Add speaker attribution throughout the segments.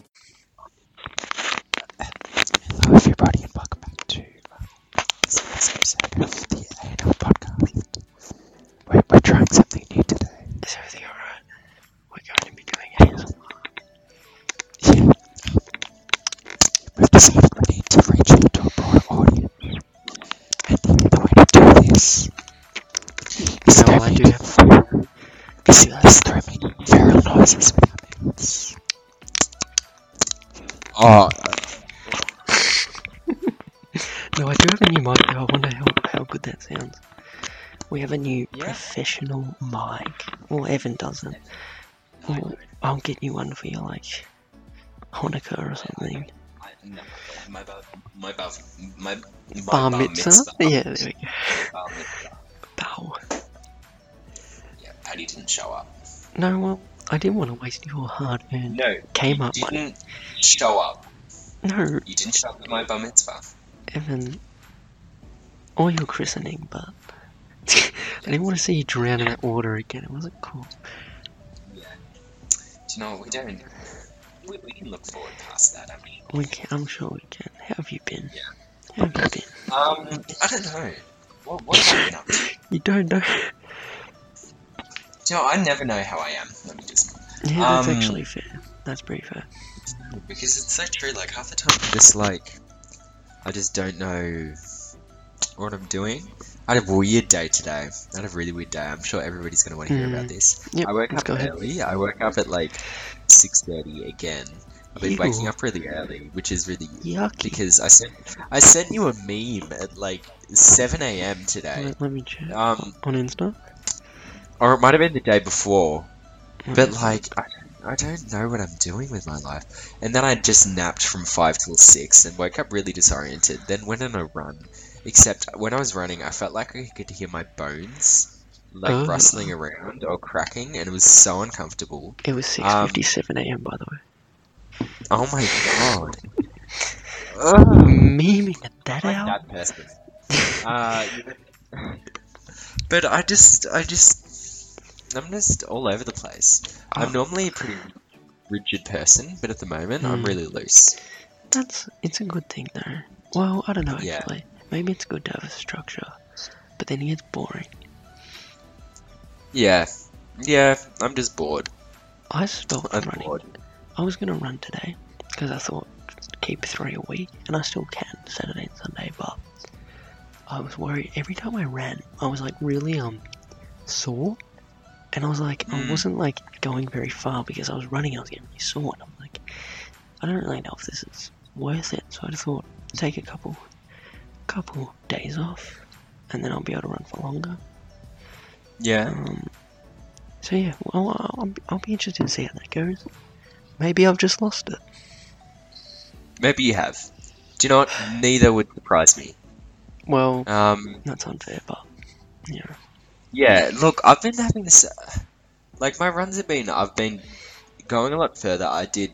Speaker 1: uh, we're going to be doing ASMR. We've decided we need to reach out to a broader audience. And the only way to do this is
Speaker 2: You
Speaker 1: by
Speaker 2: know what,
Speaker 1: making
Speaker 2: dude?
Speaker 1: fun. Is it is by making feral noises with our mouths.
Speaker 2: Oh,
Speaker 1: No, I do have a new mic now. I wonder how, how good that sounds. We have a new
Speaker 2: Yeah.
Speaker 1: professional mic. Well, Evan doesn't. Well, I'll get you one for your, like, Hanukkah or something.
Speaker 3: I- no, my bar, my bar, my, my
Speaker 1: Bar mitzvah? Yeah, there we go.
Speaker 3: Bar mitzvah.
Speaker 1: Bow.
Speaker 3: Yeah, Paddy didn't show up.
Speaker 1: No, well, I didn't want to waste your hard earned
Speaker 3: No,
Speaker 1: came up money.
Speaker 3: didn't show up.
Speaker 1: No,
Speaker 3: You didn't show up at my bar mitzvah.
Speaker 1: Evan. Or your christening, but. I didn't want to see you drown in that water again. It wasn't cool.
Speaker 3: Do you know what we don't? We, we can look forward past that. I mean,
Speaker 1: We can, I'm sure we can. How have you been?
Speaker 3: Yeah.
Speaker 1: How have you been?
Speaker 3: um, I don't know. What what have I been up to? Do
Speaker 1: You don't know.
Speaker 3: you know, I never know how I am. Let me just
Speaker 1: Yeah, that's
Speaker 3: Um,
Speaker 1: actually fair. That's pretty fair.
Speaker 3: because it's so true. Like half the time, I'm just like I just don't know what I'm doing. I had a weird day today. I had a really weird day. I'm sure everybody's gonna want to hear about this.
Speaker 1: Hmm. Yep,
Speaker 3: I woke
Speaker 1: let's
Speaker 3: up
Speaker 1: go ahead.
Speaker 3: early. I woke up at like six thirty again. I've been waking
Speaker 1: Ew.
Speaker 3: up really early, which is really
Speaker 1: Yucky.
Speaker 3: because I sent I sent you a meme at like seven a.m. today.
Speaker 1: Let, let me check.
Speaker 3: Um,
Speaker 1: On Insta?
Speaker 3: or it might have been the day before. But
Speaker 1: Mm.
Speaker 3: like, I don't, I don't know what I'm doing with my life. And then I just napped from five till six and woke up really disoriented. Then went on a run. Except when I was running, I felt like I could hear my bones like
Speaker 1: Oh.
Speaker 3: rustling around or cracking, and it was so uncomfortable.
Speaker 1: It was
Speaker 3: um,
Speaker 1: 6.57 am, by the way.
Speaker 3: Oh my god. Ugh.
Speaker 1: Memeing at that
Speaker 3: Hmm. Like
Speaker 1: hour?
Speaker 3: that person. Uh, you- but I just, I just, I'm just all over the place.
Speaker 1: Oh.
Speaker 3: I'm normally a pretty rigid person, but at the moment I'm
Speaker 1: Mm.
Speaker 3: really loose.
Speaker 1: That's, it's a good thing, though. Well, I don't know,
Speaker 3: Yeah.
Speaker 1: actually. Maybe it's good to have a structure. But then it gets boring.
Speaker 3: Yeah, yeah, I'm just bored.
Speaker 1: I stopped
Speaker 3: I'm
Speaker 1: running.
Speaker 3: bored.
Speaker 1: I was going to run today because I thought keep three a week, and I still can Saturday and Sunday. But I was worried every time I ran, I was like really um sore, and I was like I
Speaker 3: Mm.
Speaker 1: wasn't like going very far because I was running. I was getting really sore, and I'm like I don't really know if this is worth it. So I just thought take a couple couple days off, and then I'll be able to run for longer.
Speaker 3: Yeah,
Speaker 1: Um, so yeah, well, I'll, I'll, be- I'll be interested to see how that goes. Maybe I've just lost it.
Speaker 3: maybe you have. Do you know what? Neither would surprise me.
Speaker 1: Well,
Speaker 3: Um,
Speaker 1: that's unfair, but you know,
Speaker 3: yeah. Look, I've been having this. Like my runs have been. I've been going a lot further. I did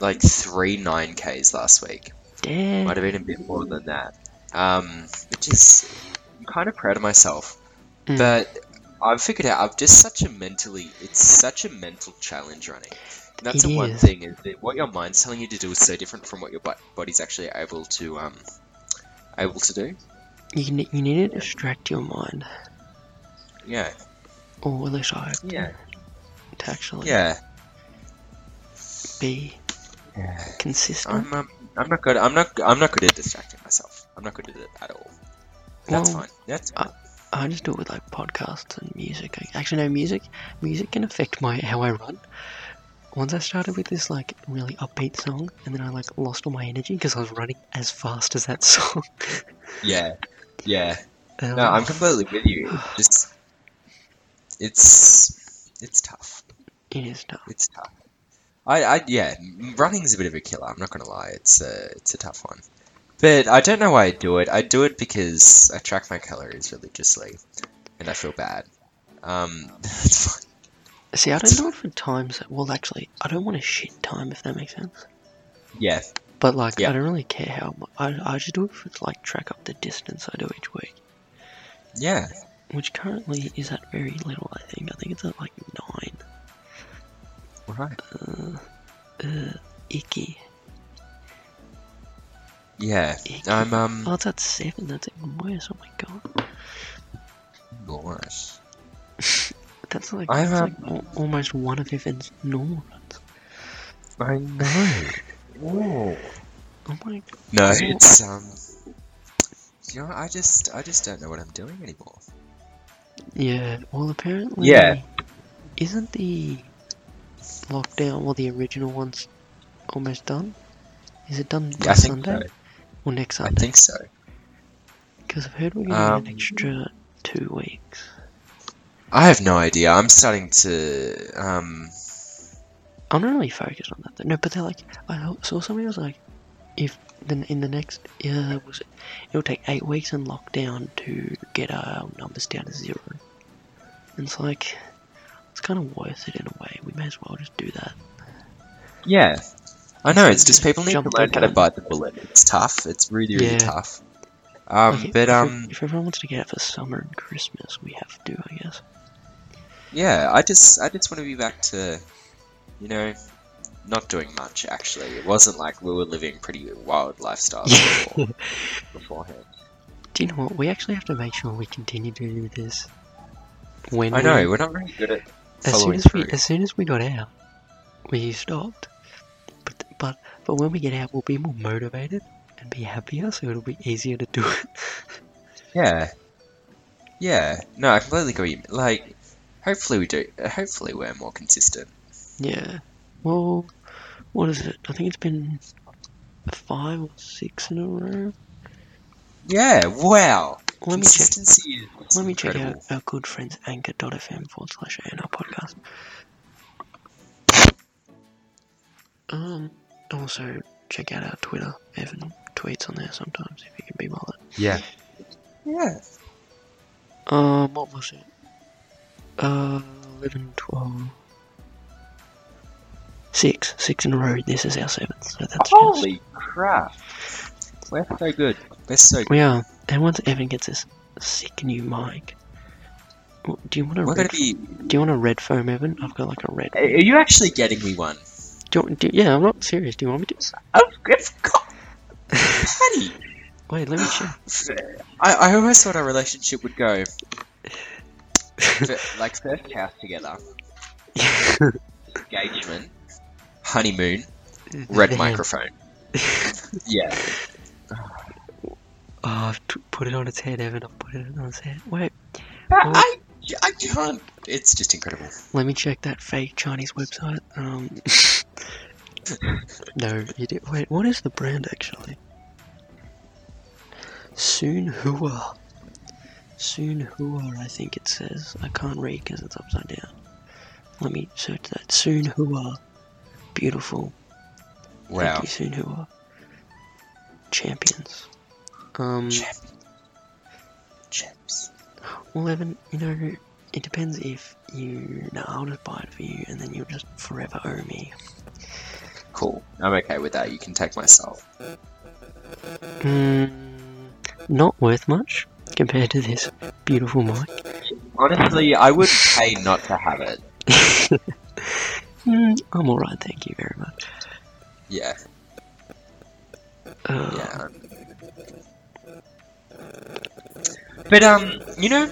Speaker 3: like three nine ks last week.
Speaker 1: damn.
Speaker 3: Might have been a bit more than that. Um, which is, I'm kind of proud of myself.
Speaker 1: Mm.
Speaker 3: But I've figured out I've just such a mentally, it's such a mental challenge running. And that's
Speaker 1: It
Speaker 3: the one
Speaker 1: is.
Speaker 3: thing is that what your mind's telling you to do is so different from what your bo- body's actually able to um able to do.
Speaker 1: You, ne- you need to distract your mind,
Speaker 3: Yeah.
Speaker 1: or at least I hope
Speaker 3: Yeah.
Speaker 1: to actually
Speaker 3: Yeah.
Speaker 1: be consistent.
Speaker 3: I'm um, I'm not good. I'm not. I'm not good at distracting myself. I'm not good at it at all. That's
Speaker 1: Well, uh,
Speaker 3: fine. That's
Speaker 1: I- I just do it with like podcasts and music. I- Actually, no, music. Music can affect my how I run. Once I started with this like really upbeat song, and then I like lost all my energy because I was running as fast as that song.
Speaker 3: yeah. Yeah.
Speaker 1: And I was
Speaker 3: No,
Speaker 1: like,
Speaker 3: I'm completely with you. It Just it's it's tough.
Speaker 1: It is tough.
Speaker 3: It's tough. I, I yeah, m- running's a bit of a killer. I'm not gonna lie. It's a it's a tough one. But I don't know why I do it. I do it because I track my calories religiously, and I feel bad. Um, it's fine.
Speaker 1: See, I don't know if the times. Well, actually, I don't want to shit time if that makes sense.
Speaker 3: yeah,
Speaker 1: But like,
Speaker 3: Yeah.
Speaker 1: I don't really care how. mu- I I just do it for like track up the distance I do each week,
Speaker 3: yeah,
Speaker 1: which currently is at very little. I think. I think it's at like nine.
Speaker 3: right.
Speaker 1: Uh, icky.
Speaker 3: Yeah,
Speaker 1: icky.
Speaker 3: I'm um.
Speaker 1: Oh, it's at seven. That's even worse. Oh my god.
Speaker 3: Gosh.
Speaker 1: That's like,
Speaker 3: I'm,
Speaker 1: that's like al- almost one of Evan's normal runs.
Speaker 3: I know. Whoa.
Speaker 1: Oh my
Speaker 3: No,
Speaker 1: Oh.
Speaker 3: it's um. You know, I just, I just don't know what I'm doing anymore.
Speaker 1: Yeah, well, apparently.
Speaker 3: Yeah.
Speaker 1: Isn't the lockdown, well, the original one's almost done? Is it done this
Speaker 3: I think
Speaker 1: Sunday?
Speaker 3: so.
Speaker 1: Or next
Speaker 3: I
Speaker 1: Sunday?
Speaker 3: think so.
Speaker 1: Because I've heard we're going to get an
Speaker 3: Um,
Speaker 1: extra two weeks.
Speaker 3: I have no idea. I'm starting to um.
Speaker 1: I'm not really focused on that. Though. No, but they're like, I ho- saw somebody was like, if then in the next, yeah, was it? It'll take eight weeks in lockdown to get our numbers down to zero. And it's like, it's kind of worth it in a way. We may as well just do that.
Speaker 3: Yeah. I know. It's just
Speaker 1: Just
Speaker 3: people need to
Speaker 1: jump
Speaker 3: learn
Speaker 1: the
Speaker 3: how to
Speaker 1: gun.
Speaker 3: bite the bullet. It's tough. It's really, really
Speaker 1: Yeah.
Speaker 3: tough. Um,
Speaker 1: Like,
Speaker 3: but
Speaker 1: if-
Speaker 3: um,
Speaker 1: if everyone wants to get out for summer and Christmas, we have to, I guess.
Speaker 3: yeah. I just, I just want to be back to, you know, not doing much. Actually, it wasn't like we were living pretty wild lifestyles before, beforehand.
Speaker 1: Do you know what? We actually have to make sure we continue to do this. When
Speaker 3: I
Speaker 1: we-
Speaker 3: know. We're not really good at
Speaker 1: as soon
Speaker 3: following
Speaker 1: as
Speaker 3: through.
Speaker 1: we as soon as we got out, we stopped. But but but when we get out, we'll be more motivated and be happier, so it'll be easier to do it.
Speaker 3: Yeah. Yeah. No, I completely agree. Like, hopefully we do. Hopefully we're more consistent.
Speaker 1: yeah. Well, what is it? I think it's been five or six in a row.
Speaker 3: Yeah. Wow.
Speaker 1: Let me check.
Speaker 3: Consistency is
Speaker 1: Let me check
Speaker 3: incredible.
Speaker 1: out our good friends anchor.fm forward slash ANR podcast. Um, also check out our Twitter. Evan tweets on there sometimes if you can be bothered.
Speaker 3: Yeah. Yeah.
Speaker 1: Um, what was it? Uh, 11, 12. Six. Six in a row. This is our seventh, so that's just.
Speaker 3: Holy crap. We're so good. We're so good.
Speaker 1: We are. And once Evan gets this sick new mic. w- Do you want a
Speaker 3: We're gonna
Speaker 1: red?
Speaker 3: be.
Speaker 1: Do you want a red foam, Evan? I've got like a red.
Speaker 3: Are you actually getting me one?
Speaker 1: Do you want, do, yeah, I'm not serious. Do you want me to?
Speaker 3: Oh, good God, Patty.
Speaker 1: Wait, let me check.
Speaker 3: I, I almost thought our relationship would go f- like first house together, engagement, honeymoon, red
Speaker 1: Then-
Speaker 3: microphone. Yeah.
Speaker 1: Oh, I've t- put it on its head, Evan. I've put it on its head. Wait, Well-
Speaker 3: I, I can't. It's just incredible.
Speaker 1: Let me check that fake Chinese website. Um, no, you did. Wait, what is the brand actually? Soon Hua. Soon Hua, I think it says. I can't read because it's upside down. Let me search that. Soon Hua. Beautiful.
Speaker 3: Wow.
Speaker 1: Thank you, Soon Hua. Champions. Um,
Speaker 3: Champ- Champs.
Speaker 1: well, Evan, you know, it depends if you. No, I'll just buy it for you and then you'll just forever owe me.
Speaker 3: Cool. I'm okay with that. You can take my soul.
Speaker 1: Mm, not worth much compared to this beautiful mic.
Speaker 3: Honestly, I would pay not to have it.
Speaker 1: Mm, I'm alright, thank you very much.
Speaker 3: Yeah.
Speaker 1: Uh,
Speaker 3: Yeah. But um, you know,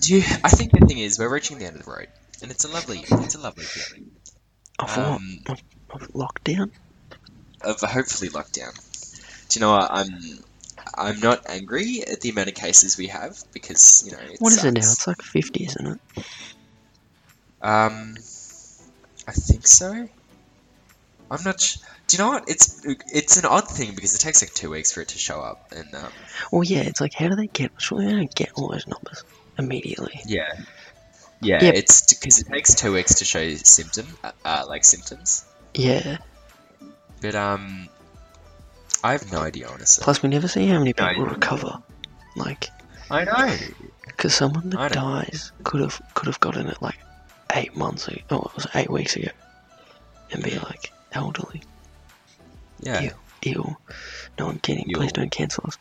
Speaker 3: do you, I think the thing is we're reaching the end of the road, and it's a lovely, it's a lovely feeling.
Speaker 1: Of
Speaker 3: Um,
Speaker 1: what? Of, of lockdown?
Speaker 3: of hopefully lockdown. Do you know what? I'm I'm not angry at the amount of cases we have because you know it
Speaker 1: What is
Speaker 3: sucks.
Speaker 1: it now? It's like 50, isn't it?
Speaker 3: Um, I think so. I'm not. Sh- Do you know what? It's it's an odd thing because it takes like two weeks for it to show up, and um,
Speaker 1: Well, yeah, it's like, how do they get. Surely they don't get all those numbers immediately.
Speaker 3: yeah, yeah,
Speaker 1: Yeah.
Speaker 3: it's because it takes two weeks to show symptom, uh, uh, like symptoms.
Speaker 1: Yeah.
Speaker 3: But um, I have no idea honestly.
Speaker 1: Plus, we never see how many
Speaker 3: No,
Speaker 1: people
Speaker 3: you-
Speaker 1: recover. Like,
Speaker 3: I know.
Speaker 1: because someone
Speaker 3: I
Speaker 1: that
Speaker 3: don't-
Speaker 1: dies could have could have gotten it like eight months ago. Oh, it was eight weeks ago. And be like elderly.
Speaker 3: Yeah.
Speaker 1: Ew. No, I'm kidding.
Speaker 3: Ew.
Speaker 1: Please don't cancel us.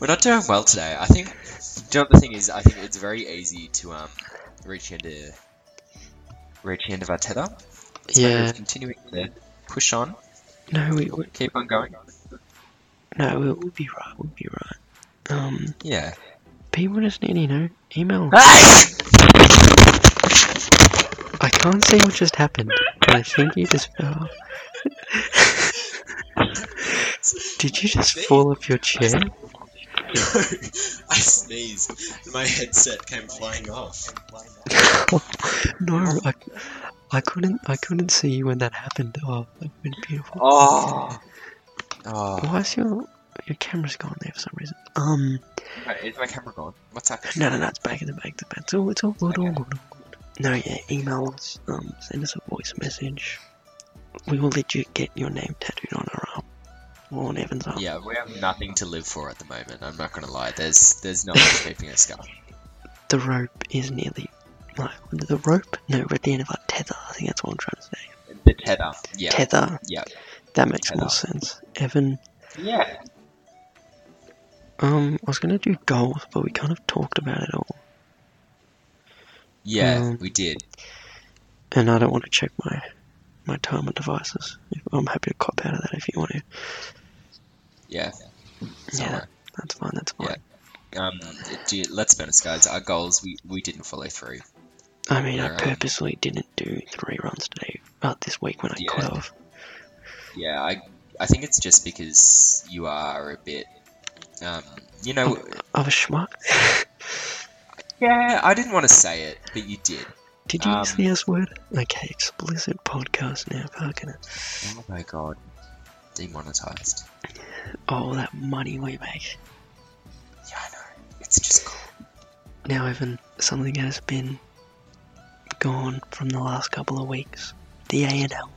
Speaker 3: We're not doing well today. I think. Do you know what the thing is? I think it's very easy to um reach into reach the end of our tether. It's a matter of
Speaker 1: Yeah.
Speaker 3: continuing to push on,
Speaker 1: No, we, we
Speaker 3: keep on going.
Speaker 1: no, we, we'll be right. We'll be right. Um,
Speaker 3: Yeah.
Speaker 1: People just need, you know, email.
Speaker 3: Ah!
Speaker 1: I can't see what just happened, but I think you just fell. Did you just fall off your chair?
Speaker 3: No, I sneezed. and My headset came flying off.
Speaker 1: no, I, I couldn't. I couldn't see you when that happened. Oh, that would be beautiful.
Speaker 3: Oh. Oh.
Speaker 1: Why is your your camera's gone there for some reason? Um,
Speaker 3: is my camera gone? What's happening?
Speaker 1: no, no, no. It's back in the back. It's back. It's all. It's all good. All good. All good. No, yeah. Email us. Um, send us a voice message. We will let you get your name tattooed on our arm or on Evan's arm.
Speaker 3: Yeah, we have nothing to live for at the moment. I'm not gonna lie. There's there's no escaping us, guy.
Speaker 1: the rope is nearly no, the rope. No, we're at the end of our tether. I think that's what I'm trying to say.
Speaker 3: The tether. Yeah.
Speaker 1: Tether.
Speaker 3: Yeah.
Speaker 1: That makes
Speaker 3: Tether.
Speaker 1: more sense. Evan,
Speaker 3: Yeah.
Speaker 1: um, I was gonna do goals, but we kind of talked about it all,
Speaker 3: Yeah,
Speaker 1: Um,
Speaker 3: we did.
Speaker 1: and I don't want to check my my time on devices. If- I'm happy to cop out of that if you want to.
Speaker 3: Yeah.
Speaker 1: Yeah,
Speaker 3: Sorry.
Speaker 1: that's fine. That's fine.
Speaker 3: Yeah. Um, do let's be honest, guys. Our goals we, we didn't follow through.
Speaker 1: I mean, I
Speaker 3: Alright.
Speaker 1: purposely didn't do three runs today, but this week when I
Speaker 3: Yeah.
Speaker 1: could have.
Speaker 3: Yeah, I I think it's just because you are a bit, um, you know.
Speaker 1: I was schmuck.
Speaker 3: Yeah, I didn't want to say it, but you did.
Speaker 1: Did you use
Speaker 3: Um,
Speaker 1: the S word? Okay, explicit podcast now. Fucking it.
Speaker 3: Oh my god, demonetized.
Speaker 1: Oh, that money we make.
Speaker 3: Yeah, I know. It's just cool.
Speaker 1: Now, Evan, something has been gone from the last couple of weeks. The ANL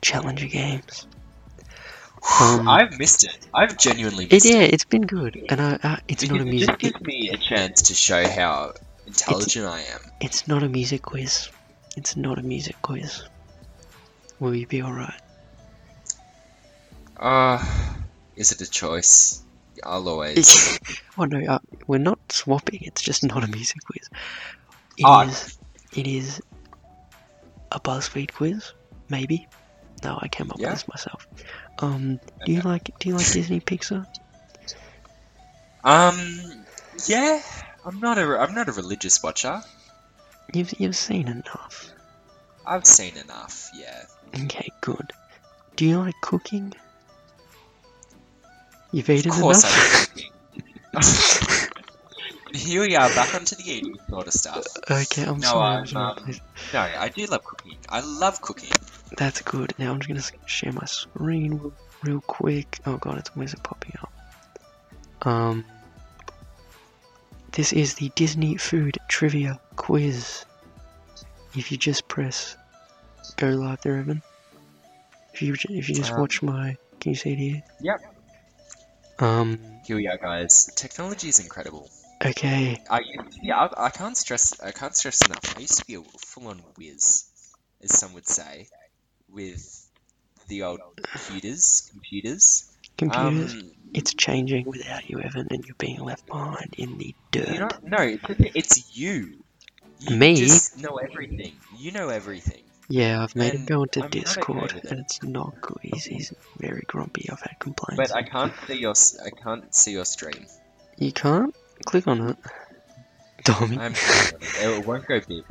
Speaker 1: Challenger Games. Um,
Speaker 3: I've missed it. I've genuinely
Speaker 1: It,
Speaker 3: missed
Speaker 1: yeah, it's been good, and I, I, it's
Speaker 3: Because
Speaker 1: not a
Speaker 3: it just
Speaker 1: music.
Speaker 3: gives me a chance to show how intelligent I am.
Speaker 1: it's not a music quiz. It's not a music quiz. Will you be all right?
Speaker 3: Uh, is it a choice? I'll always.
Speaker 1: oh no, uh, we're not swapping. It's just not a music quiz. It is.
Speaker 3: Oh.
Speaker 1: It is a BuzzFeed quiz, maybe. No, I came up
Speaker 3: Yeah.
Speaker 1: with this myself. Um, do you like Do you like Disney Pixar?
Speaker 3: Um, yeah, I'm not a I'm not a religious watcher.
Speaker 1: You've You've seen enough.
Speaker 3: I've seen enough. Yeah,
Speaker 1: Okay, good. Do you like cooking? You've eaten
Speaker 3: of course
Speaker 1: enough.
Speaker 3: I'm cooking. Here we are, back onto the eating sort of stuff.
Speaker 1: okay, I'm
Speaker 3: No,
Speaker 1: sorry.
Speaker 3: I'm,
Speaker 1: I'm sorry,
Speaker 3: um,
Speaker 1: please.
Speaker 3: No, I do love cooking. I love cooking.
Speaker 1: That's good. Now I'm just gonna s- share my screen real- real quick. Oh god, it's always popping up. Um, this is the Disney food trivia quiz. If you just press go live there, Evan. If you ju- if you just
Speaker 3: Um,
Speaker 1: watch my, can you see it here?
Speaker 3: Yep.
Speaker 1: Um.
Speaker 3: Here we are, guys. Technology is incredible.
Speaker 1: Okay.
Speaker 3: I yeah, I, I can't stress I can't stress enough. I used to be a full-on whiz, as some would say, with the old computers, computers.
Speaker 1: Computers.
Speaker 3: Um,
Speaker 1: It's changing without you, Evan, and you're being left behind in the dirt.
Speaker 3: you know, no, it's, it's you. You
Speaker 1: Me?
Speaker 3: just know everything. You know everything.
Speaker 1: Yeah, I've made him
Speaker 3: And
Speaker 1: go into
Speaker 3: I'm not okay
Speaker 1: Discord,
Speaker 3: with it.
Speaker 1: and it's not good. He's, he's very grumpy. I've had complaints.
Speaker 3: But I can't see your s- I can't see your stream.
Speaker 1: You can't click on it, Tommy.
Speaker 3: I'm it won't go big.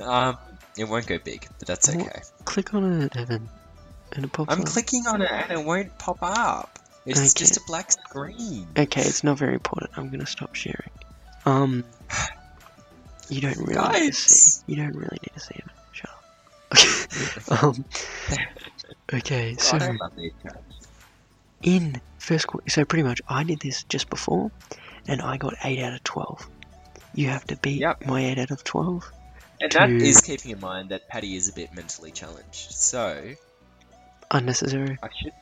Speaker 3: um, it won't go big, but that's
Speaker 1: What?
Speaker 3: okay.
Speaker 1: click on it, Evan, and it pops
Speaker 3: I'm
Speaker 1: up.
Speaker 3: clicking on it and it won't pop up. It's
Speaker 1: Okay.
Speaker 3: just a black screen.
Speaker 1: okay, it's not very important. I'm gonna stop sharing. Um, you don't really need to
Speaker 3: Guys.
Speaker 1: see. You don't really need to see it. Shut up. um, okay, so.
Speaker 3: I don't love these guys.
Speaker 1: in first quarter. So pretty much, I did this just before, and I got eight out of twelve. You have to beat
Speaker 3: Yep.
Speaker 1: my eight out of twelve.
Speaker 3: And that
Speaker 1: to-
Speaker 3: is keeping in mind that Patty is a bit mentally challenged, so
Speaker 1: Unnecessary.
Speaker 3: I should,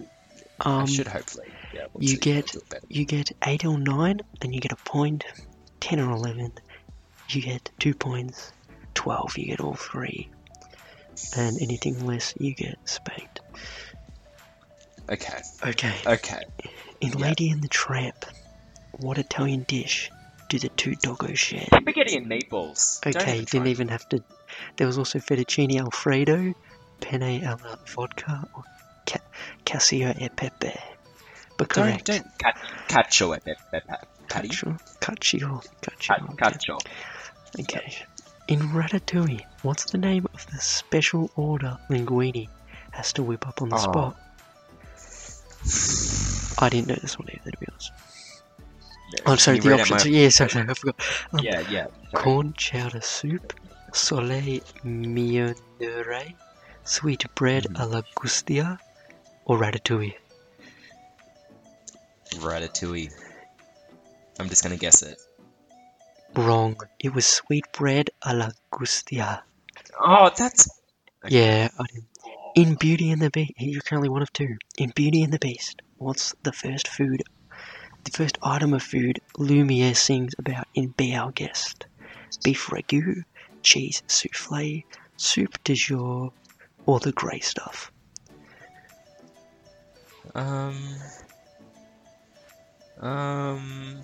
Speaker 1: Um,
Speaker 3: I should hopefully. Yeah, we'll
Speaker 1: you
Speaker 3: see,
Speaker 1: get-
Speaker 3: I'll do it better.
Speaker 1: you get eight or nine, then you get a point. Ten or eleven, you get two points. Twelve, you get all three. And anything less, you get spanked.
Speaker 3: Okay,
Speaker 1: Okay.
Speaker 3: okay.
Speaker 1: In
Speaker 3: Oh, yeah.
Speaker 1: Lady and the Tramp, what Italian dish do the two doggos share?
Speaker 3: Spaghetti and meatballs. Don't
Speaker 1: Okay,
Speaker 3: even
Speaker 1: you
Speaker 3: try.
Speaker 1: didn't even have to. There was also fettuccine alfredo, penne alla vodka, or ca- cassio e pepe.
Speaker 3: Don't,
Speaker 1: But correct.
Speaker 3: uh, don't catch, catch your web, web, web, Patty.
Speaker 1: Actual- Cacio. Cacio.
Speaker 3: Cut, cut shop.
Speaker 1: Okay. In Ratatouille, what's the name of the special order Linguini has to whip up on the
Speaker 3: Oh.
Speaker 1: spot? I didn't know this one either, to be honest.
Speaker 3: No,
Speaker 1: Oh, sorry,
Speaker 3: you
Speaker 1: the
Speaker 3: read out my-
Speaker 1: options. Yeah, sorry, sorry, I forgot. um,
Speaker 3: Yeah, yeah. sorry.
Speaker 1: Corn chowder soup, soleil mignonere, sweet bread
Speaker 3: Mhm.
Speaker 1: a la Gustia, or Ratatouille?
Speaker 3: Ratatouille. I'm just gonna guess it.
Speaker 1: Wrong. It was sweet bread a la Gustia.
Speaker 3: Oh, that's. Okay.
Speaker 1: Yeah, I do. In Beauty and the Beast, you're currently one of two. In Beauty and the Beast, what's the first food, the first item of food Lumiere sings about in Be Our Guest? Beef ragu, cheese souffle, soup du jour, or the grey stuff?
Speaker 3: Um. Um.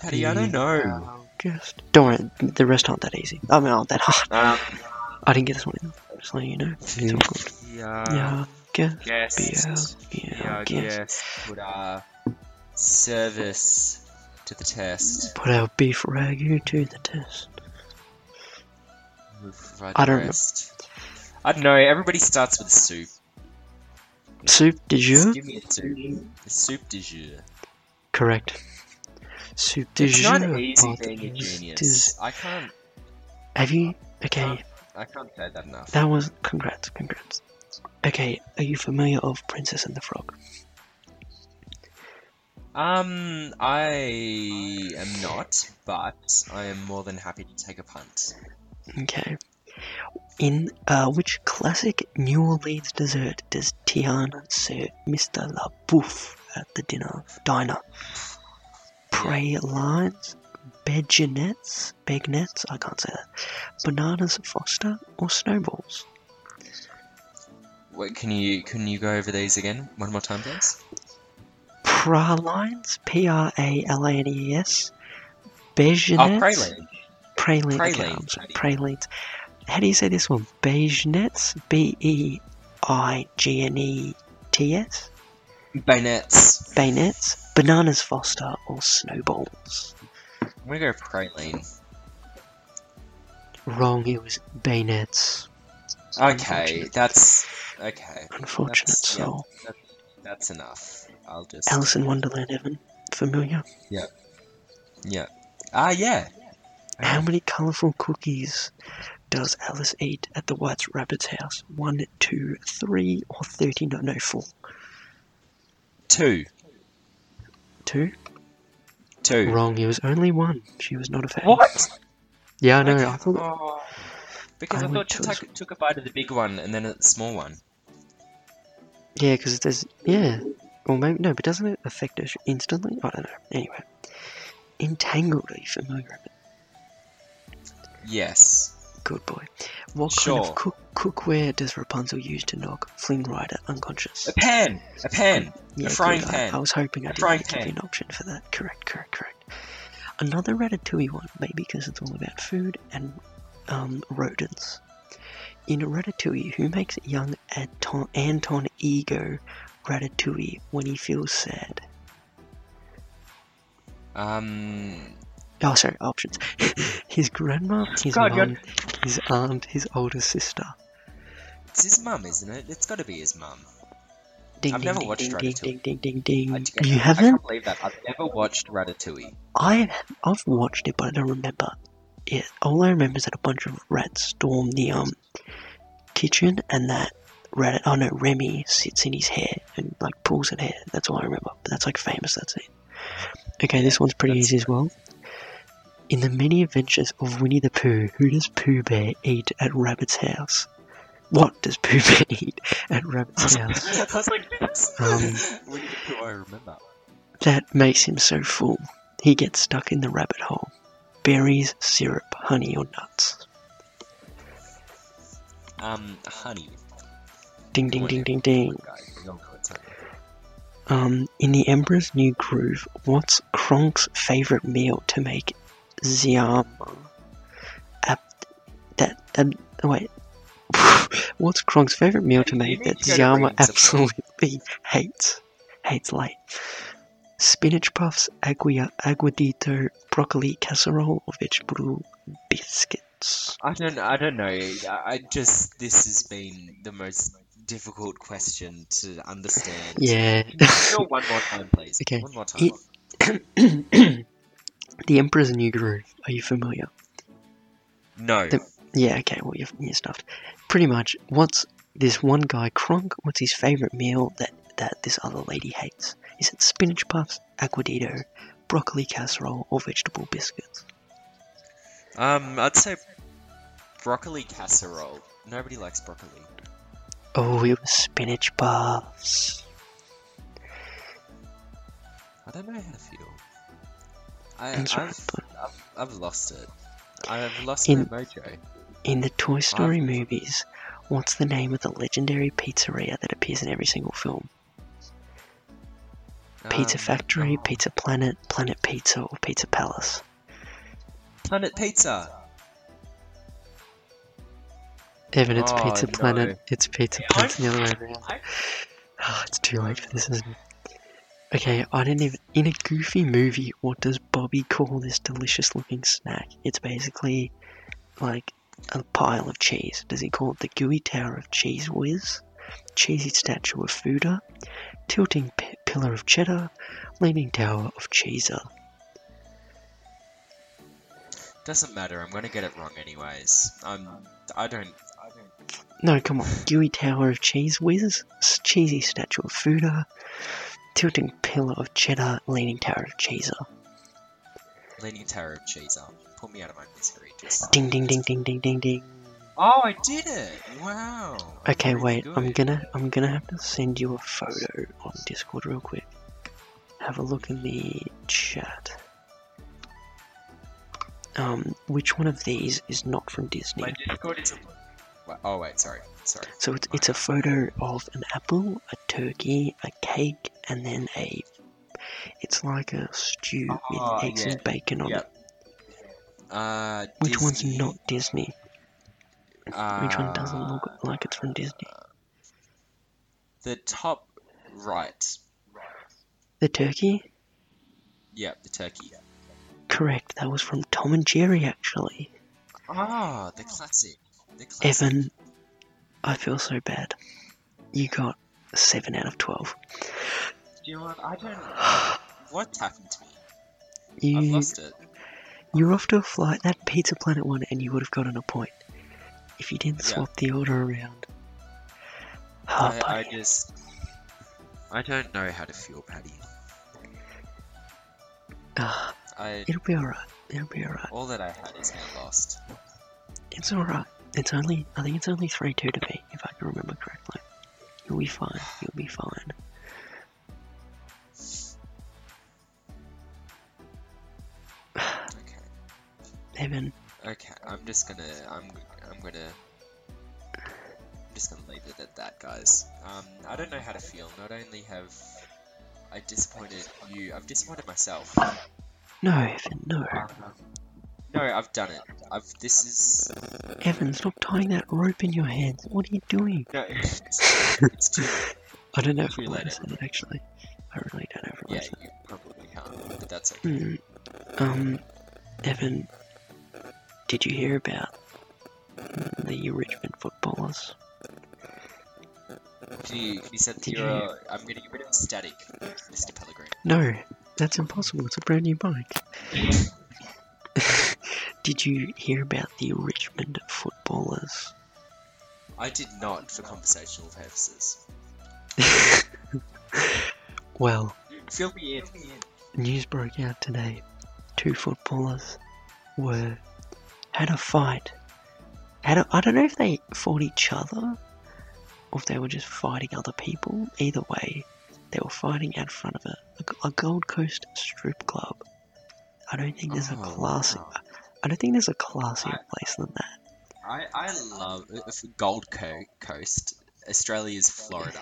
Speaker 3: Patty, I don't
Speaker 1: Be
Speaker 3: know.
Speaker 1: Our Guest. Don't worry, the rest aren't that easy. I mean, aren't that hard.
Speaker 3: Um.
Speaker 1: I didn't get this one either. Just letting you know. It's all good.
Speaker 3: Yeah.
Speaker 1: Hmm. Yeah, guess. Be
Speaker 3: Guess.
Speaker 1: our, be our guest.
Speaker 3: Would uh service to the test.
Speaker 1: Put our beef ragu to the test.
Speaker 3: We'll provide
Speaker 1: I
Speaker 3: the
Speaker 1: don't know.
Speaker 3: rest. I don't know. Everybody starts with soup.
Speaker 1: Soup du jour?
Speaker 3: Just give me a soup. A soup du jour.
Speaker 1: Correct. Soup de
Speaker 3: It's not
Speaker 1: jour,
Speaker 3: easy
Speaker 1: but
Speaker 3: being a
Speaker 1: it is-
Speaker 3: genius. I can't.
Speaker 1: Have you? Okay,
Speaker 3: I can't say that enough.
Speaker 1: that was. Congrats, congrats. Okay, are you familiar of Princess and the Frog?
Speaker 3: Um, I am not, but I am more than happy to take a punt.
Speaker 1: Okay. In uh, which classic New Orleans dessert does Tiana serve Mr. La Bouffe at the dinner diner? Prey lines, beginettes, begnets, I can't say that, bananas foster, or snowballs?
Speaker 3: Wait, can you can you go over these again one more time, please?
Speaker 1: Pralines, P R A L A N E S, Bejeanets.
Speaker 3: Oh, praline.
Speaker 1: Praline. okay,
Speaker 3: Pralines,
Speaker 1: I'm sorry,
Speaker 3: Maddie.
Speaker 1: pralines. How do you say this one? Bejeanets, B E I G N E T S,
Speaker 3: Bayonets.
Speaker 1: Baynets, Bananas Foster, or Snowballs?
Speaker 3: I'm gonna go praline.
Speaker 1: Wrong, it was Baynets.
Speaker 3: Okay, that's okay.
Speaker 1: Unfortunate
Speaker 3: That's- yeah.
Speaker 1: soul.
Speaker 3: That's enough. I'll just
Speaker 1: Alice in Wonderland, Evan. Familiar?
Speaker 3: yeah. Ah, yeah.
Speaker 1: How many colourful cookies does Alice eat at the White Rabbit's house? One, two, three, or thirty? No, no, four.
Speaker 3: Two,
Speaker 1: Two?
Speaker 3: two.
Speaker 1: Wrong. It was only one. She was not a fan.
Speaker 3: What?
Speaker 1: Yeah, I know.
Speaker 3: Okay.
Speaker 1: I thought.
Speaker 3: Oh. Because
Speaker 1: I
Speaker 3: I,
Speaker 1: would
Speaker 3: thought she
Speaker 1: choose-
Speaker 3: took, took a bite of the big one and then a small one.
Speaker 1: Yeah, because there's. Yeah. Well, maybe no, but doesn't it affect her instantly? I don't know. Anyway, entangled. Are you familiar with it?
Speaker 3: Yes.
Speaker 1: Good boy. What kind
Speaker 3: Sure.
Speaker 1: of cook cookware does Rapunzel use to knock Fling Rider unconscious?
Speaker 3: A pan. A pan.
Speaker 1: Yeah,
Speaker 3: frying
Speaker 1: good.
Speaker 3: pan.
Speaker 1: I, I was hoping I
Speaker 3: A
Speaker 1: didn't
Speaker 3: frying
Speaker 1: give you
Speaker 3: pan.
Speaker 1: an option for that. Correct, correct, correct. Another Ratatouille one, maybe because it's all about food and um, rodents. In Ratatouille, who makes young Anton, Anton Ego Ratatouille when he feels sad?
Speaker 3: Um.
Speaker 1: Oh, sorry, options. his grandma, his
Speaker 3: God, you're-
Speaker 1: mum, his aunt, his older sister.
Speaker 3: It's his mum, isn't it? It's got to be his mum.
Speaker 1: Ding,
Speaker 3: I've
Speaker 1: ding,
Speaker 3: never
Speaker 1: ding,
Speaker 3: watched
Speaker 1: ding,
Speaker 3: Ratatouille.
Speaker 1: Ding, ding, ding,
Speaker 3: I,
Speaker 1: ding,
Speaker 3: d-
Speaker 1: Mm, You
Speaker 3: I
Speaker 1: haven't?
Speaker 3: can't believe that. I've never watched Ratatouille.
Speaker 1: I I've watched it, but I don't remember it. All I remember is that a bunch of rats storm the um kitchen, and that rat oh no Remy sits in his hair and like pulls at hair. That's all I remember. But that's like famous. That's it. Okay, this one's pretty
Speaker 3: That's-
Speaker 1: easy as well. In the many adventures of Winnie the Pooh, who does Pooh Bear eat at Rabbit's house? What does Pooh Bear eat at Rabbit's house?
Speaker 3: I was like, this.
Speaker 1: Um.
Speaker 3: Winnie the Pooh, I remember.
Speaker 1: That makes him so full. He gets stuck in the rabbit hole. Berries, syrup, honey, or nuts.
Speaker 3: Um, honey.
Speaker 1: Ding, ding, ding, ding, ding.
Speaker 3: Guys, we all know it's honey.
Speaker 1: Um, in the Emperor's New Groove, what's Kronk's favorite meal to make? Zyama. Ap- that. Um, oh, wait. what's Kronk's favorite meal to
Speaker 3: You
Speaker 1: make
Speaker 3: need
Speaker 1: that
Speaker 3: to go to
Speaker 1: Zyama
Speaker 3: reading
Speaker 1: absolutely hates? Hates late. spinach puffs, agua, aguadito, broccoli casserole, or vegetable biscuits.
Speaker 3: I don't. I don't know. I I just. This has been the most difficult question to understand.
Speaker 1: Yeah.
Speaker 3: Go one more time, please.
Speaker 1: Okay.
Speaker 3: One more time.
Speaker 1: He- the Emperor's New Groove. Are you familiar?
Speaker 3: no.
Speaker 1: the- Yeah, okay, well, you're, you're stuffed. Pretty much, what's this one guy, Kronk, what's his favourite meal that, that this other lady hates? Is it spinach puffs, aquadito, broccoli casserole, or vegetable biscuits?
Speaker 3: Um, I'd say broccoli casserole. Nobody likes broccoli.
Speaker 1: Oh, it was spinach puffs.
Speaker 3: I don't know how to feel. I,
Speaker 1: That's
Speaker 3: I've,
Speaker 1: right,
Speaker 3: I've, I've lost it. I've lost
Speaker 1: In-
Speaker 3: my mojo.
Speaker 1: In the Toy Story movies, what's the name of the legendary pizzeria that appears in every single film? Pizza
Speaker 3: Um,
Speaker 1: Factory,
Speaker 3: oh,
Speaker 1: Pizza Planet, Planet Pizza, or Pizza Palace?
Speaker 3: Planet Pizza.
Speaker 1: Evan, it's
Speaker 3: Oh,
Speaker 1: Pizza
Speaker 3: no.
Speaker 1: Planet. It's Pizza
Speaker 3: Yeah,
Speaker 1: Planet. The other way around.
Speaker 3: I-
Speaker 1: Oh, it's too late for this, isn't it? Okay, I didn't even. In a goofy movie, what does Bobby call this delicious looking snack? It's basically like a pile of cheese. Does he call it the gooey tower of cheese whiz? Cheesy statue of Fuda? Tilting p- pillar of cheddar? Leaning tower of cheeser?
Speaker 3: Doesn't matter. I'm gonna get it wrong anyways. I'm. I don't. I don't.
Speaker 1: No, come on. Gooey Tower of Cheese Whiz, s- Cheesy Statue of Fuda, Tilting Pillar of Cheddar, Leaning Tower of Cheeser.
Speaker 3: Leaning Tower of Cheese up. Put me out of my misery. Just.
Speaker 1: Ding ding ding ding ding ding ding.
Speaker 3: Oh, I did it! Wow. I'm
Speaker 1: Okay,
Speaker 3: really
Speaker 1: wait. I'm
Speaker 3: good.
Speaker 1: gonna I'm gonna have to send you a photo on Discord real quick. Have a look in the chat. Um, which one of these is not from Disney?
Speaker 3: My Discord is. A... Wa- Oh wait, sorry, sorry.
Speaker 1: So it's, it's a photo of an apple, a turkey, a cake, and then a. It's like a stew
Speaker 3: Oh,
Speaker 1: with eggs
Speaker 3: yeah.
Speaker 1: and bacon on
Speaker 3: Yep.
Speaker 1: it.
Speaker 3: Uh,
Speaker 1: Which
Speaker 3: Disney,
Speaker 1: one's not Disney? Which one doesn't
Speaker 3: uh,
Speaker 1: look like it's from Disney?
Speaker 3: The top right.
Speaker 1: The turkey?
Speaker 3: Yeah, the turkey.
Speaker 1: Correct. That was from Tom and Jerry, actually.
Speaker 3: Ah, the classic. The classic.
Speaker 1: Evan, I feel so bad. You got seven out of twelve.
Speaker 3: Do you know what? I don't. What's happened to me? I've
Speaker 1: You
Speaker 3: lost it.
Speaker 1: you're off to a flight. That Pizza Planet one, and you would have gotten a point if you didn't
Speaker 3: Yeah.
Speaker 1: swap the order around. Ah,
Speaker 3: I, I
Speaker 1: buddy.
Speaker 3: just. I don't know how to feel, Patty.
Speaker 1: Ah,
Speaker 3: I.
Speaker 1: it'll be alright. It'll be alright.
Speaker 3: All that I had is now lost.
Speaker 1: It's alright. It's only, I think it's only 3 2 to me, if I can remember correctly. You'll be fine. You'll be fine.
Speaker 3: Okay.
Speaker 1: Evan,
Speaker 3: Okay, I'm just gonna, I'm, I'm gonna, I'm just gonna leave it at that, guys. Um, I don't know how to feel. Not only have I disappointed you, I've disappointed myself.
Speaker 1: no, Evan, no.
Speaker 3: No, I've done it. I've. This is
Speaker 1: Evan, stop tying that rope in your hands. What are you doing?
Speaker 3: no. It's, it's too. Late.
Speaker 1: I don't know if
Speaker 3: See
Speaker 1: I
Speaker 3: you
Speaker 1: want to
Speaker 3: later.
Speaker 1: say that, actually. I really don't know if
Speaker 3: Yeah,
Speaker 1: I want to
Speaker 3: you probably can't, but that's okay.
Speaker 1: say that. Hmm. Um, Evan, did you hear about the Richmond footballers?
Speaker 3: Can you, can you set
Speaker 1: Did you-
Speaker 3: your? uh, I'm gonna get rid of static, Mr. Pellegrini.
Speaker 1: No, that's impossible. It's a brand new bike. Did you hear about the Richmond footballers?
Speaker 3: I did not for conversational purposes.
Speaker 1: Well,
Speaker 3: Fill me in.
Speaker 1: news broke out today. Two footballers were had a fight. Had a, I don't know if they fought each other or if they were just fighting other people. Either way, they were fighting out front of a, a, Gold Coast strip club. I don't think there's a
Speaker 3: Oh,
Speaker 1: classic.
Speaker 3: wow.
Speaker 1: I don't think there's a classier
Speaker 3: I-
Speaker 1: place than that.
Speaker 3: I, I love if Gold Co- Coast, Australia's Florida.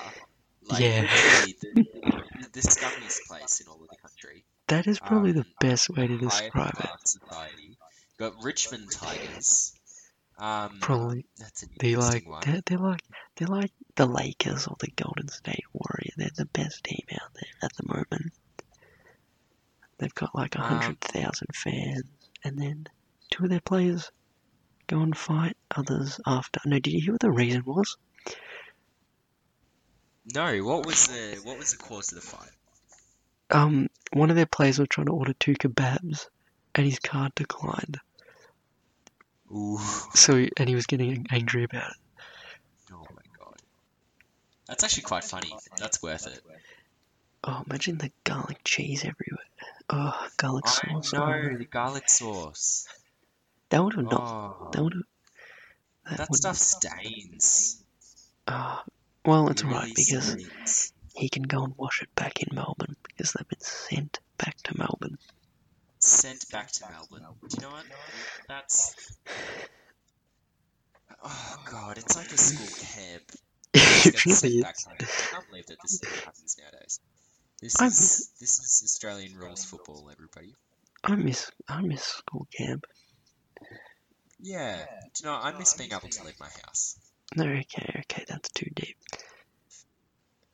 Speaker 3: Like,
Speaker 1: Yeah.
Speaker 3: literally the, the scummiest place in all of the country.
Speaker 1: That is probably the
Speaker 3: Um,
Speaker 1: best way to
Speaker 3: Highest
Speaker 1: describe it.
Speaker 3: class Society. Got Richmond Tigers. Um,
Speaker 1: Probably
Speaker 3: that's an
Speaker 1: they
Speaker 3: interesting
Speaker 1: like
Speaker 3: one.
Speaker 1: they're, they're like they're like the Lakers or the Golden State Warriors. They're the best team out there at the moment. They've got like a
Speaker 3: Um,
Speaker 1: 100,000 fans. And then two of their players go and fight others after. No, did you hear what the reason was?
Speaker 3: No, what was the what was the cause of the fight?
Speaker 1: Um, one of their players was trying to order two kebabs and his card declined.
Speaker 3: Ooh,
Speaker 1: So, and he was getting angry about it.
Speaker 3: oh my god. That's actually quite funny. That's worth it.
Speaker 1: Oh, imagine the garlic cheese everywhere. Oh, garlic sauce. oh,
Speaker 3: no, the garlic sauce.
Speaker 1: That would have not.
Speaker 3: Oh,
Speaker 1: That would have. That,
Speaker 3: that
Speaker 1: would.
Speaker 3: stuff stains.
Speaker 1: Uh, well, it's
Speaker 3: It
Speaker 1: alright
Speaker 3: really
Speaker 1: because
Speaker 3: stains.
Speaker 1: he can go and wash it back in Melbourne because they've been sent back to Melbourne.
Speaker 3: sent back to Melbourne. Do you know what? That's. Oh god, it's like a school camp.
Speaker 1: it
Speaker 3: Just
Speaker 1: really
Speaker 3: get sent back home.
Speaker 1: is.
Speaker 3: I can't believe that this still happens nowadays. This
Speaker 1: I'm-
Speaker 3: is this is Australian rules football, everybody.
Speaker 1: I miss I miss school camp.
Speaker 3: Yeah, do you know I miss being able to leave my house.
Speaker 1: No, okay, okay, that's too deep.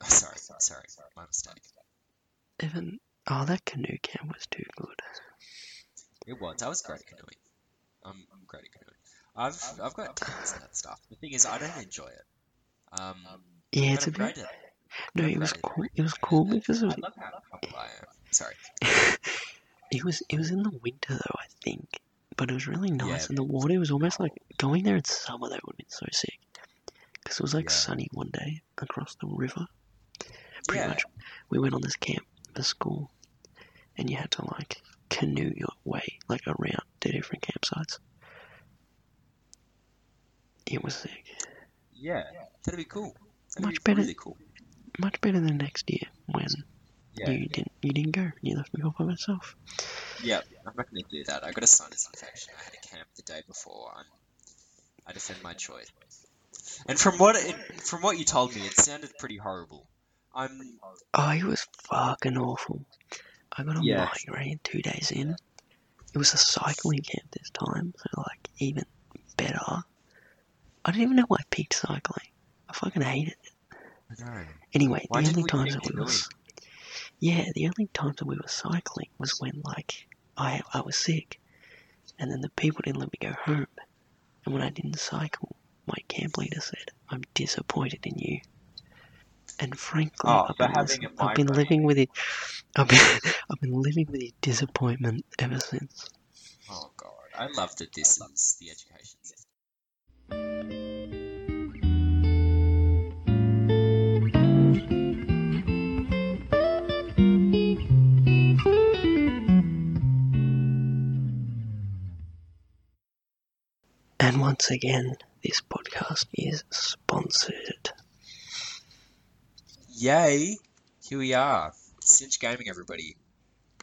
Speaker 3: Oh, sorry, sorry, my mistake.
Speaker 1: Even oh, that canoe camp was too good.
Speaker 3: It was. I was great at canoeing. I'm, I'm great at canoeing. I've I've got talents in that stuff. The thing is, I don't enjoy it. Um,
Speaker 1: Yeah,
Speaker 3: but
Speaker 1: it's a
Speaker 3: I'm
Speaker 1: bit.
Speaker 3: great at it.
Speaker 1: No,
Speaker 3: I'm
Speaker 1: it was
Speaker 3: great at
Speaker 1: cool. It was cool because of,
Speaker 3: I love how comfortable I am. Sorry.
Speaker 1: it was it was in the winter though, I think. But it was really nice,
Speaker 3: Yeah.
Speaker 1: and the water was almost like going there in summer. That would have been so sick because it was like
Speaker 3: Yeah.
Speaker 1: sunny one day across the river. pretty
Speaker 3: yeah.
Speaker 1: much we went on this camp for school and you had to like canoe your way like around the different campsites it was sick
Speaker 3: Yeah, that'd be cool. That'd
Speaker 1: Much
Speaker 3: be
Speaker 1: better-
Speaker 3: Really cool.
Speaker 1: much better than next year when
Speaker 3: Yeah,
Speaker 1: you didn't you didn't go you left me all by myself
Speaker 3: yeah. I'm not gonna do that. I got a sinus infection. I had a camp the day before. I'm, I defend my choice. And from what it, from what you told me, it sounded pretty horrible. I'm.
Speaker 1: oh it was fucking awful i got a
Speaker 3: Yeah.
Speaker 1: migraine two days in it was a cycling camp this time so like even better i didn't even know why i picked cycling i fucking hated it
Speaker 3: No.
Speaker 1: Anyway,
Speaker 3: Why
Speaker 1: the
Speaker 3: didn't
Speaker 1: only
Speaker 3: we
Speaker 1: times
Speaker 3: pick
Speaker 1: that we
Speaker 3: canoeing?
Speaker 1: were, yeah, the only times that we were cycling was when like I I was sick, and then the people didn't let me go home, and when I didn't cycle, my camp leader said, "I'm disappointed in you." And frankly,
Speaker 3: Oh,
Speaker 1: I've,
Speaker 3: but
Speaker 1: been
Speaker 3: having
Speaker 1: lis-
Speaker 3: a
Speaker 1: I've been
Speaker 3: migraine-
Speaker 1: living with it. I've been, I've been living with his disappointment ever since.
Speaker 3: Oh god, I love that this is the education system.
Speaker 1: And once again, this podcast is sponsored.
Speaker 3: Yay! Here we are. Cinch Gaming, everybody.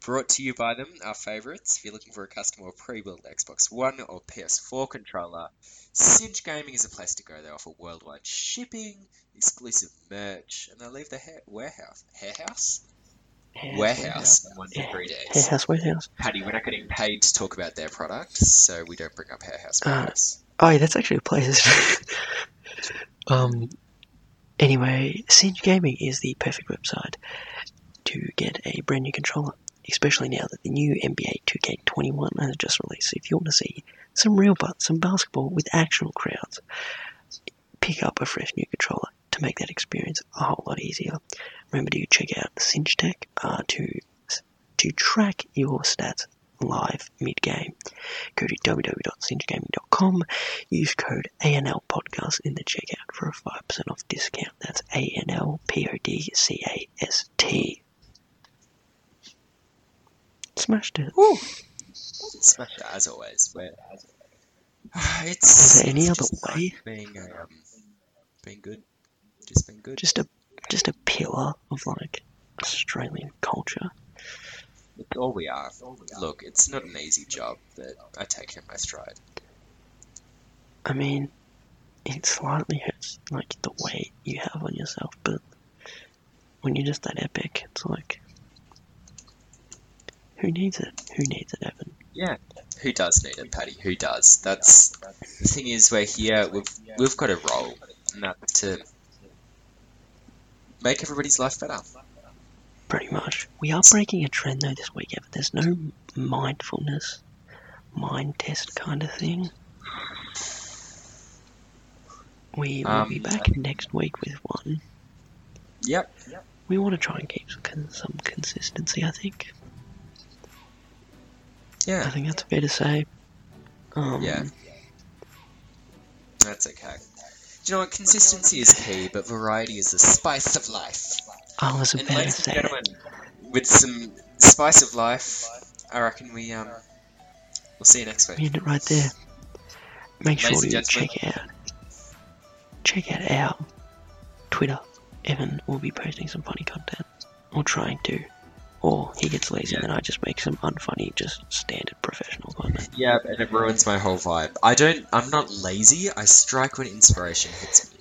Speaker 3: Brought to you by them, our favourites. If you're looking for a custom or pre-built Xbox One or PS4 controller, Cinch Gaming is a place to go. They offer worldwide shipping, exclusive merch, and they leave the hair warehouse. Hair house? Warehouse in one to
Speaker 1: Yeah.
Speaker 3: three days.
Speaker 1: Hairhouse, warehouse.
Speaker 3: Paddy, we're not getting paid to talk about their product, so we don't bring up hair house
Speaker 1: Ah.
Speaker 3: warehouse.
Speaker 1: Oh, yeah, that's actually a place. isn't it? um, anyway, Singe Gaming is the perfect website to get a brand new controller, especially now that the new NBA 2K21 has just released. So if you want to see some real but some basketball with actual crowds, pick up a fresh new controller to make that experience a whole lot easier. Remember to check out Cinch Tech uh, to to track your stats live mid-game. Go to www.cinchgaming.com Use code ANL podcast in the checkout for a five percent off discount. That's A N L P O D C A S T. Smashed it.
Speaker 3: Smash it as always. We're, it's
Speaker 1: Is there any
Speaker 3: it's
Speaker 1: other
Speaker 3: just like
Speaker 1: way?
Speaker 3: being um, being good, just being good.
Speaker 1: Just a just a pillar of like Australian culture.
Speaker 3: It's all we are. Look, it's not an easy job, but I take it in my stride.
Speaker 1: I mean, it slightly hurts like the weight you have on yourself, but when you're just that epic, it's like who needs it? Who needs it, Evan?
Speaker 3: Yeah. Who does need it, Paddy? Who does? That's the thing is we're here. We've we've got a role, and that's to make everybody's life better.
Speaker 1: pretty much. We are breaking a trend though this week, Evan. There's no mindfulness, mind test kind of thing. We will be
Speaker 3: Um,
Speaker 1: back next week with one.
Speaker 3: Yep.
Speaker 1: We want to try and keep some, con- some consistency, I think. I
Speaker 3: Yeah.
Speaker 1: think that's fair to say. Um,
Speaker 3: Yeah. That's okay. Do you know what? Consistency is key, but variety is the spice of life.
Speaker 1: I was
Speaker 3: And
Speaker 1: about to
Speaker 3: ladies and
Speaker 1: say that.
Speaker 3: gentlemen, with some spice of life, I reckon we um, we'll see you next
Speaker 1: We
Speaker 3: week.
Speaker 1: end it right there. Make sure
Speaker 3: Ladies and
Speaker 1: to
Speaker 3: gentlemen.
Speaker 1: check out check out our Twitter. Evan will be posting some funny content, or trying to, or he gets lazy and then I just make some unfunny, just standard professional content.
Speaker 3: Yeah, and it ruins my whole vibe. I don't. I'm not lazy. I strike when inspiration hits me.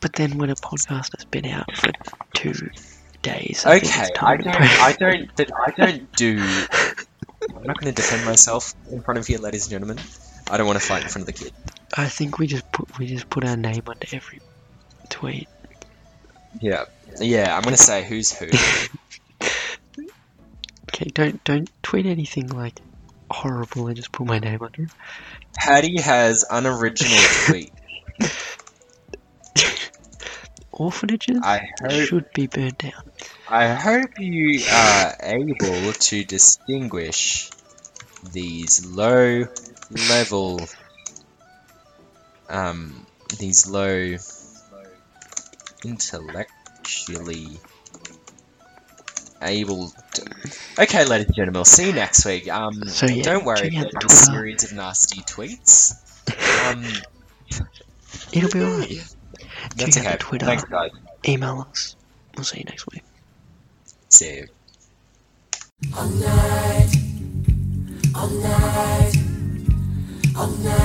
Speaker 1: But then when a podcast has been out for two days, I think
Speaker 3: Okay, I
Speaker 1: it's time
Speaker 3: don't.
Speaker 1: to post.
Speaker 3: I don't. But I don't do. I'm not going to defend myself in front of you, ladies and gentlemen. I don't want to fight in front of the kid.
Speaker 1: I think we just put we just put our name under every tweet.
Speaker 3: Yeah. Yeah, I'm going to say who's who.
Speaker 1: Okay, don't don't tweet anything like horrible. I just put my name under. it.
Speaker 3: Patty has unoriginal tweet.
Speaker 1: Orphanages
Speaker 3: I hope.
Speaker 1: should be burned down.
Speaker 3: I hope you are able to distinguish these low level um these low intellectually able to... Okay, ladies and gentlemen, we'll see you next week. Um
Speaker 1: So, yeah,
Speaker 3: don't worry
Speaker 1: check out
Speaker 3: about
Speaker 1: the
Speaker 3: the
Speaker 1: Twitter.
Speaker 3: series of nasty tweets. Um
Speaker 1: It'll be alright.
Speaker 3: that's
Speaker 1: Check out
Speaker 3: okay.
Speaker 1: the Twitter.
Speaker 3: Thanks guys.
Speaker 1: Email us. We'll see you next week.
Speaker 3: See you.
Speaker 2: All night, all night, all night.